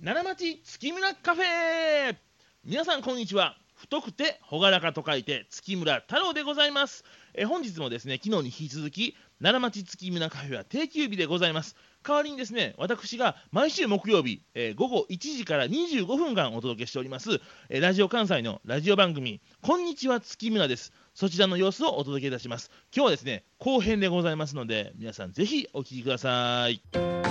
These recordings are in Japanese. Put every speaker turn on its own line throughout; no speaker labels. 奈良町月村カフェ皆さんこんにちは太くて朗らかと書いて月村太郎でございますえー本日もですね昨日に引き続き奈良町月村カフェは定休日でございます代わりにですね私が毎週木曜日、えー午後1時から25分間お届けしております、えーラジオ関西のラジオ番組「こんにちは月村」ですそちらの様子をお届けいたします今日はですね後編でございますので皆さんぜひお聞きください月村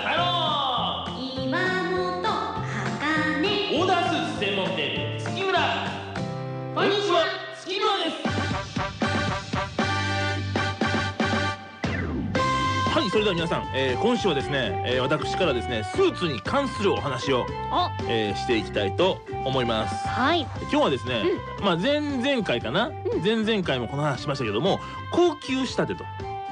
太郎
岩本茜
オーダースーツ専門店月村こんにちは月村ですはいそれでは皆さん、えー今週はですね、えー私からですねスーツに関するお話を、
お
えーしていきたいと思います
はい
今日はですね、まあ前々回かな、前々回もこの話しましたけども高級仕立てと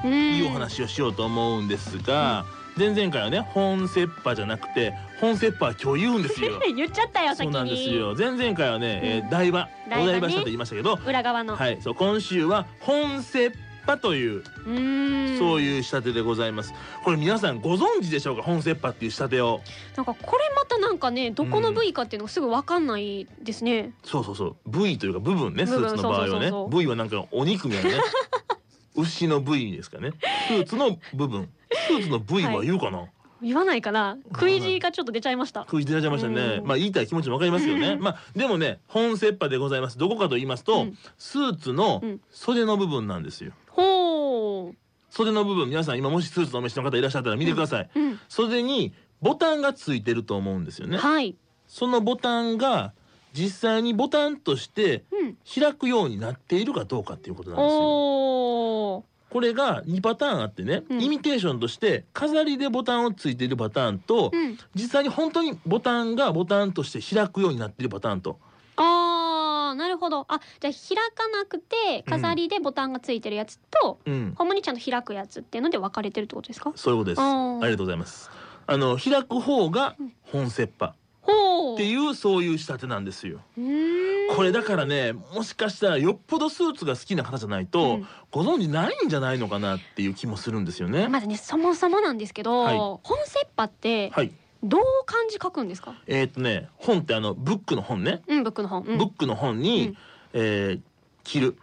う
い
ん
うお話をしようと思うんですが、前々回はね本セッパじゃなくて本セッパは今日言うんです よ
言っちゃったよ先
そう
に
なんですよ前々回はね、え
う
ー、台場
台場
お
ね
台場したと言いましたけど、
裏側の、
はいそう今週は本セッパという、
うーん
そういう仕立てでございますこれ皆さんご存知でしょうか本セッパっていう仕立てを
なんかこれまたなんかねどこの部位かっていうのがすぐわかんないですね、
そうそうそう部位というか部分ねス
部分
ーツの場合
そう
は
そうそう
ね
そう
部位はなんかお肉みたいな ね牛の部位ですかねスーツの部分スーツの部位は言うかな、
言わないかな食い地がちょっと出ちゃいました
食い出ちゃいましたね、
うん
まあ言いたい気持ちもわかりますよね、
うん
まあでもね本セッパでございますどこかと言いますと、
うん
スーツの袖の部分なんですよ
ほう
袖の部分皆さん今もしスーツのお召しの方いらっしゃったら見てください、
うん
袖にボタンがついてると思うんですよね
はい
そのボタンが実際にボタンとして
うん
開くようになっているかどうかっていうことなんですよ
おー
これが2パターンあってね、
うん
イミテーションとして飾りでボタンをついているパターンと、
うん
実際に本当にボタンがボタンとして開くようになっているパターンと
あーなるほどあじゃあ開かなくて飾りでボタンがついてるやつと、
うん
ほんまにちゃんと開くやつっていうので分かれてるってことですか
そういうことです
あ
あ
ー
りがとうございますあの開く方が本セッパ
ほう
っていうそういう仕立てなんですよ
うーん
これだからねもしかしたらよっぽどスーツが好きな方じゃないと、
うん
ご存知ないんじゃないのかなっていう気もするんですよね。
まずねそもそもなんですけど、
はい
本切羽って
はい、
どう漢字書くんですか？
えーっ、とね本ってあのブックの本ね、
うん、ブックの本、う
ブ
ん、
ックの本に、
うん
えー着る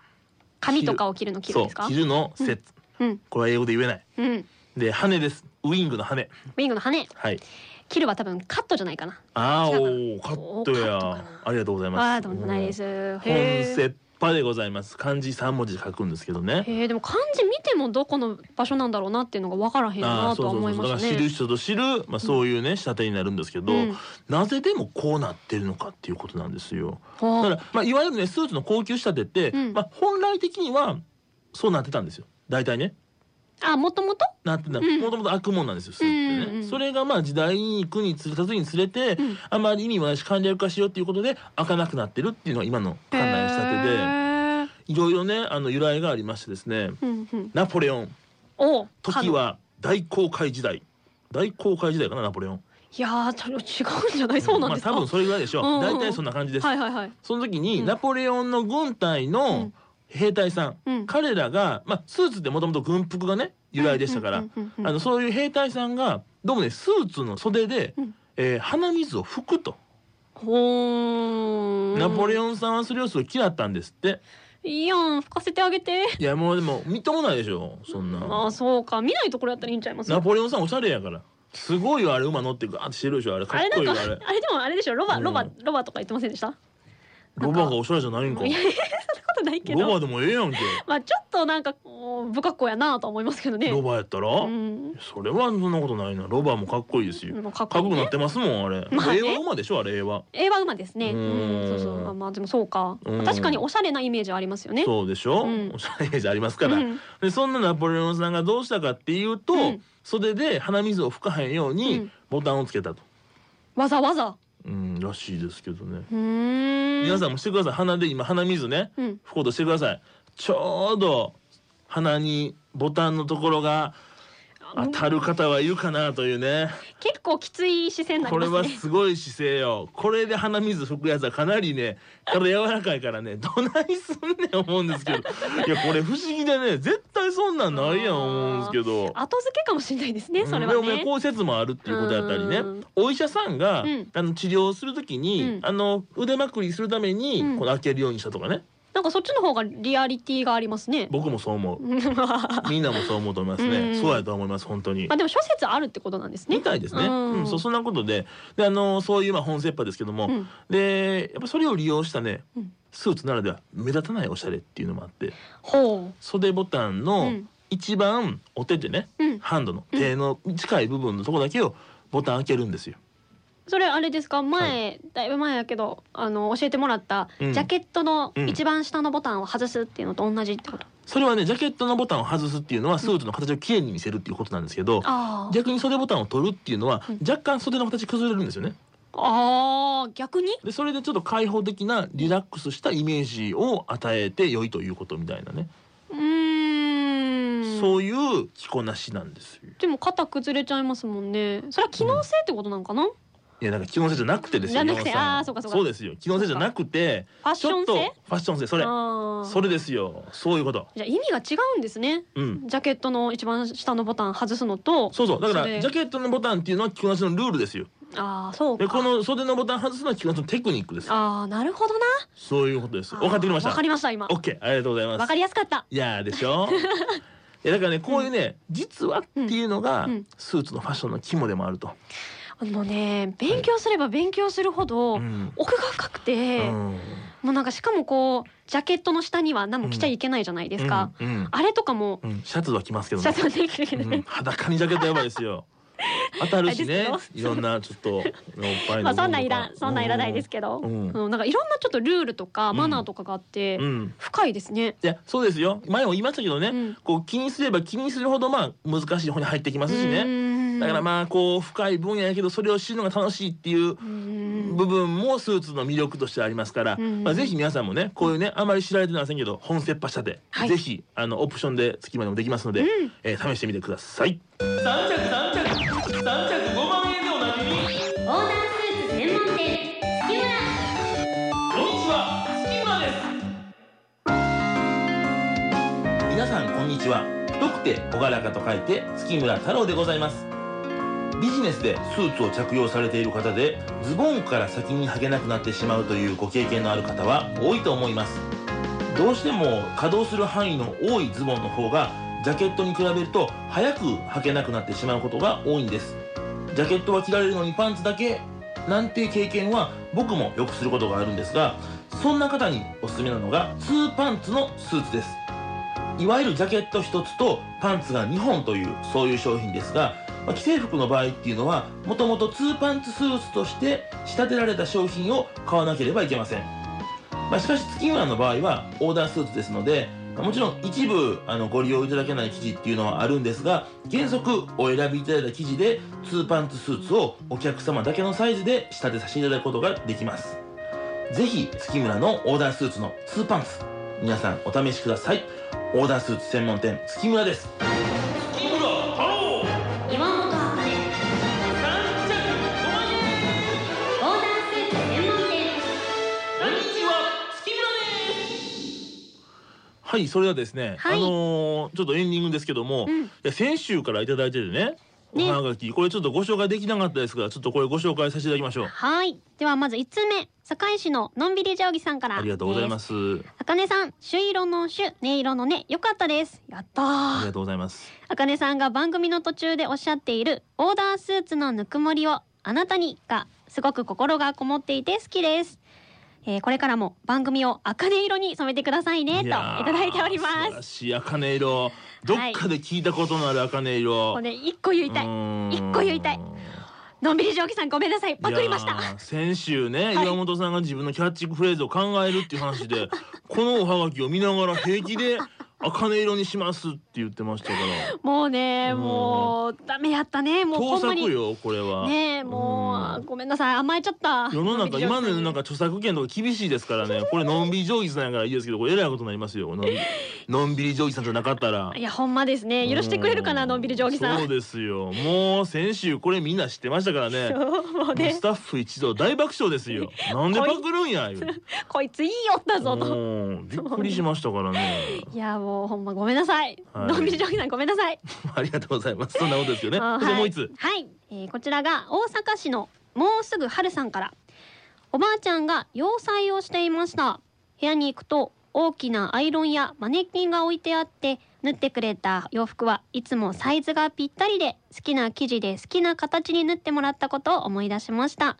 紙とかを切るの切るんで
そ
す
う
か
着？るのセット、
うん、
これは英語で言えない
うん、ウ
で羽ですウイングの羽
ィングの羽
はい
切るは多分カットじゃないかな。
あー
違うかな
おーカットや
おーカットかな
ありがとうございます
ああ、でもないです。
本
へ
セ
え。
ッパでございます漢字三文字で書くんですけどね
へえ、でも漢字見てもどこの場所なんだろうなっていうのが分からへん
あ
な
あ
と
そ
は
うそうそ
思
う
い
そ
ま
うだから
し
知
た
る
ね。
人と知る、まあ、そういうね仕立てになるんですけど、
うん
なぜでもこうなってるのかっていうことなんですよだ
ほ
か
う
ら、まあ、いわゆるねスーツの高級仕立てって、
うん
まあ、本来的にはそうなってたんですよ大体ね
あ、もともと？
なってた
ん
もともと悪もんなんですよスーツって
うん
ね、
うん
それがまあ時代に行くにつれたつにつれて、
ん
あまり意味もないし簡略化しようっていうことで開かなくなってるっていうのが今の
へ
関内の仕立てで。
え。
いろいろねあの由来がありましてですね
うんうん。
ナポレオン
お、
時
角。
は大航海時代大航海時代かなナポレオン
いやー、ちょっと違うんじゃない？そうなんですか？
まあ、多分それぐらいでしょう
うんうん
大体そんな感じです、
はいはいはい。
その時に
うん
ナポレオンの軍隊の兵隊さん、
うん
彼らが、まあ、スーツってもともと軍服がね由来でしたから、
うんうんうんうん
あのそういう兵隊さんがどうもねスーツの袖で、
うん
えー鼻水を拭くと、
ほー
ナポレ
オン。
オンさんはそれをすごい嫌ったんですって
いいやん、吹かせてあげて。
いやもうでもみっともないでしょそんな、
まあそうか見ないところやったらいいんちゃいます
ナポレオンさんおしゃれやからすごいよあれ馬乗ってガーってしてるでしょあれかっ
あれな
こい
ん
いよ
か
あれ
あれでもあれでしょロバ、
うん
ロバロバとか言ってませんでした
ロバがおしゃれじゃないんか
いやいやそんなことないけ
ロ
ど
バでもええやんけ
まあちょっとなんかこう不格好やなとは思いますけどね
ロバやったら、
うん
それはそんなことないなロバもかっこいいですよ
まあかっ
かっ
こい
こよく
い
な
ね
ってますもんあれ、
まあね
令和馬でしょあれ令和
A は馬ですね
う
うんんそうそうまあまあでもそうか
うん
確かにおしゃれなイメージはありますよね
そうでしょ、
うん
おしゃれなイメージありますから、
うん
でそんなナポレオンさんがどうしたかっていうと、
うん
袖で鼻水を吹かへんよう
う
に
ん
ボタンをつけたと、
わざわざ
うん、らしいですけどね、
うーん
皆さんもしてください鼻で今鼻水ね
うん
吹こうとしてくださいちょうど鼻にボタンのところが当たる方はいるかなというね
結構きつい視線になり
こ
ま
れ
すね
はすごい姿勢よこれで鼻水拭くやつはかなりね体柔らかいからねどないすんねん思うんですけどいやこれ不思議でね絶対そんなんないやん思うんですけど
後付けかもしれないですねそれ
う
は
んでもね
ね
こういう説もあるっていうことやったりね
うん
お医者さんが、
うん
あの治療するときに、
うん
あの腕まくりするために、
うん
この開けるようにしたとかね
なんかそっちの方がリアリティがありますね
僕もそう思う
ま
みんなもそう思うと思います
う
ね
ん
そうやと思います本当に
あでも諸説あるってことなんですね
みたいですね、
うん
うん、そうそんなことでであのそういうまあ本切羽ですけども、
うん
でやっぱそれを利用したね
うん
スーツならでは目立たないおしゃれっていうのもあって
ほ
袖ボタン
うう
の
ん
一番お手でね、
うん
ハンドの手の近い部分のとこだけをボタン開けるんですよ。
それあれですか前、だいぶ前やけどあの教えてもらった、
うん
ジャケットの
うん
一番下のボタンを外すっていうのと同じってこと、
それはねジャケットのボタンを外すっていうのはスーツの形をきれいに見せるっていうことなんですけど
あー
逆に袖ボタンを取るっていうのは
うん
若干袖の形崩れるんですよね。
あー逆に
でそれでちょっと開放的なリラックスしたイメージを与えて良いということみたいなね、
うーん
そういう着こなしなんですよ。
でも肩崩れちゃいますもんねそれは機能性ってことなんかな、フ
いやなんか機能性じゃなくてですよ。
じゃなくて
山本さん
あーそうかそうか
そうですよ。機能性じゃなくて
ァッ
ち
シ
ょ
ョ
っ
ン
とフ
性
ァッション性それ
あー
それですよ。そういうこと。
じゃあ意味が違うんですね
うん。
ジャケットの一番下のボタン外すのと
そうそうだか
そ
ら
れ
ジャケットのボタンっていうのは着こなしのルールですよ。
ああそうか
でこの袖のボタン外すのは着こなしのテクニックです。
ああなるほどな
そういうことです。分かってきまし
わ
た
か。りました今
オッケーありがとうございます。
わかりやすかった
いやーでし ょ。いやだからねこういうね、実はっていうのが、
うんうん
スーツのファッションの肝でもあると。
あのね勉強すれば勉強するほど、
うん。
奥が深くて、
うん
もうなんかしかもこうジャケットの下には何も着ちゃいけないじゃないですか、。
うんうん
あれとかも
うんシャツは着ますけど
シャ
ね。
ツはできるけど
うん
ね、
裸にジャケットやばいです よ。当たるしね
あれです。け
い
ど
ろんなちょっとおっぱいの部分とか。
まあそんなんいらんそんなんいらないですけど、
う
うんんなんかいろんなちょっとルールとか
うん
マナーとかがあって、
うん。
深いですね。
いやそうですよ。前も言いましたけどね。
うん
こう気にすれば気にするほどまあ難しい方に入ってきますしね。だからまあこう深い分野やけどそれを知るのが楽しいっていう
あ、うん
部分もスーツの魅力としてありますから、
うん
まあ、ぜひ皆さんもねこういうねあまり知られてませんけど本切羽したて、
はい
ぜひあのオプションで月までもできますので、
うん
えー試してみてください三着三着三着5万円でおなじみこんにち
オーダースーツ専門店月村
は月村です皆さんこんにちは太くて朗らかと書いて月村太郎でございますビジネスでスーツを着用されている方でズボンから先に履けなくなってしまうというご経験のある方は多いと思いますどうしても稼働する範囲の多いズボンの方がジャケットに比べると早く履けなくなってしまうことが多いんですジャケットは着られるのにパンツだけなんて経験は僕もよくすることがあるんですがそんな方におすすめなのがツーパンツのスーツですいわゆるジャケット1つとパンツが2本というそういう商品ですが、まあ既製服の場合っていうのはもともとツーパンツスーツとして仕立てられた商品を買わなければいけません、まあしかし月村の場合はオーダースーツですのでまあもちろん一部あのご利用いただけない生地っていうのはあるんですが原則お選びいただいた生地でツーパンツスーツをお客様だけのサイズで仕立てさせていただくことができますぜひ月村のオーダースーツのツーパンツ皆さんお試しくださいオーダースーツ専門店月村です月村太郎
岩本あかね
こんにち
オーダースーツ専門店
は月村ですはいそれではですね、
は
あ
い
のーちょっとエンディングですけども、
うん
いや先週からいただいてるねお
ね
はがきこれちょっとご紹介できなかったですからちょっとこれご紹介させていただきましょう
はいではまず1通目堺市ののんびり定規さんから
ありがとうございますす
あかねさん朱色の朱音色のね良かったですやった
あり
ー
がとうございます
あかねさんが番組の途中でおっしゃっているオーダースーツのぬくもりをあなたにがすごく心がこもっていて好きです、えーこれからも番組をあかね色に染めてくださいねとい
やー
ただいておりま
素
す
晴らしい茜色どっかで聞いたことのある茜色、
もうね一個言いたい一個言いたいのんびり定規さんごめんなさいパクりまし
い
た
やー先週ね、
はい
岩本さ んが自分のキャッチフレーズを考えるっていう話でこのおはがきを見ながら平気で茜色にしますって言ってましたから
もうね、
うん
もうダメやったねもう
盗
ほんま
作
に
よこれは、
ねえもう
うん
あごめんなさい甘えちゃった
世の 中今の世の中
中
著作権とか厳しいですからねこれのんびり定規さんやからいいですけどこれえらいことになりますよのんび のんびり定規さんじゃなかったら
いやほんまですね許してくれるかな
うん
のんびり定規さん
そうですよもう先週これみんな知ってましたからね
そうもう
もう
ね
スタッフ一同大爆笑です よなんでパクるんやいう
こいついいよったぞと
うんびっくりしましたからね
いやもうほんまごめんなさい
はい
のんびり定規さんごめんなさい
ありがとうございますそんなことですよね
あー
そしても
は
う
い
一つ
はい、えーこちらが大阪市のもうすぐ春さんからおばあちゃんが洋裁をしていました部屋に行くと大きなアイロンやマネキンが置いてあって縫ってくれた洋服はいつもサイズがぴったりで好きな生地で好きな形に縫ってもらったことを思い出しました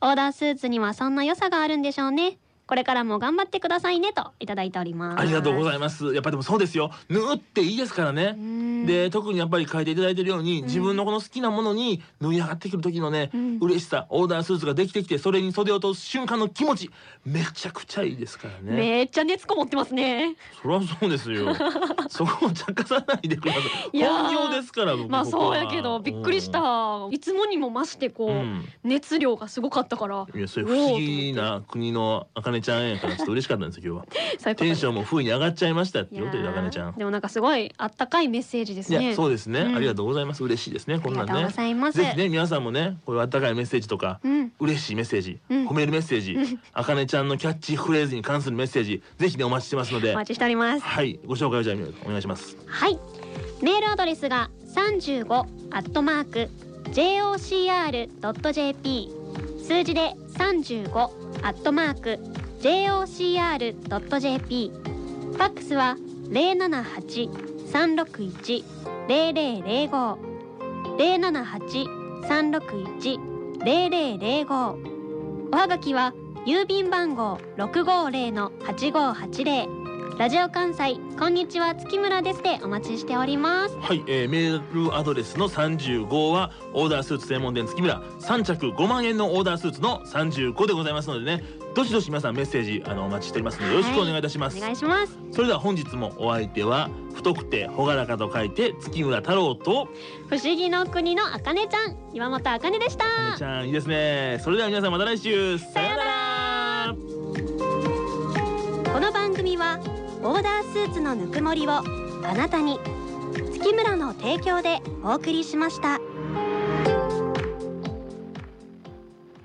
オーダースーツにはそんな良さがあるんでしょうねこれからも頑張ってくださいねといただいております
ありがとうご
い
ざいますやっぱでもそうですよ縫っていいですからね
ます
で特にやっぱり書いていただいてるように
ん
自分のこの好きなものに縫い上がってくる時のね、
うん
嬉しさオーダースーツができてきてそれに袖を通す瞬間の気持ちめちゃくちゃいいですからね
めっちゃ熱こもってますね
そりゃそうです よそこを茶化さないでください
いやー
本業ですから僕
まあ
ここ
そう
は
やけどびっくりしたいつもにも増してこう、
うん、
熱量がすごかったから
いやそれ不思議な国のあかねちゃんやからちょっと嬉しかったんです よ今日は
最高
テ
で
ン
す
ションも不意に上がっちゃいましたってよというあかね
い
ちゃ
やー
ん
でもなんかすごいあったかいメッセージです
い
ね
やそうですね、
うん
ありがとうございます嬉しいですねこんな
あ
ん
りがとう
ね
ございます
ぜひね皆さんもねこういう温かいメッセージとか、
うん
嬉しいメッセージ、
うん
褒めるメッセージ、あかねちゃんのキャッチフレーズに関するメッセージ、ぜひねお待ちしてますの
お
で、
待ちしております
はい、ご紹介をじゃあお願いします。
はいメールアドレスが35アットマーク jocr.jp 数字で35アットマーク jocr.jp ファックスは078-361-0005 078-361-0005おはがきは郵便番号650-8580ラジオ関西こんにちは月村ですでお待ちしております
はい、えー、メールアドレスの35はオーダースーツ専門店月村3着5万円のオーダースーツの35でございますのでね、どしどし皆さんメッセージあのお待ちしておりますのでよろしくお願いいたします。
お願いします
それでは本日もお相手は太くて朗らかと書いて月村太郎と
不思議の国のあかねちゃん岩本あかねでした
あかねちゃんいいですね。それでは皆さんまた来週さようなら。
この番組はオーダースーツのぬくもりをあなたに月村の提供でお送りしました。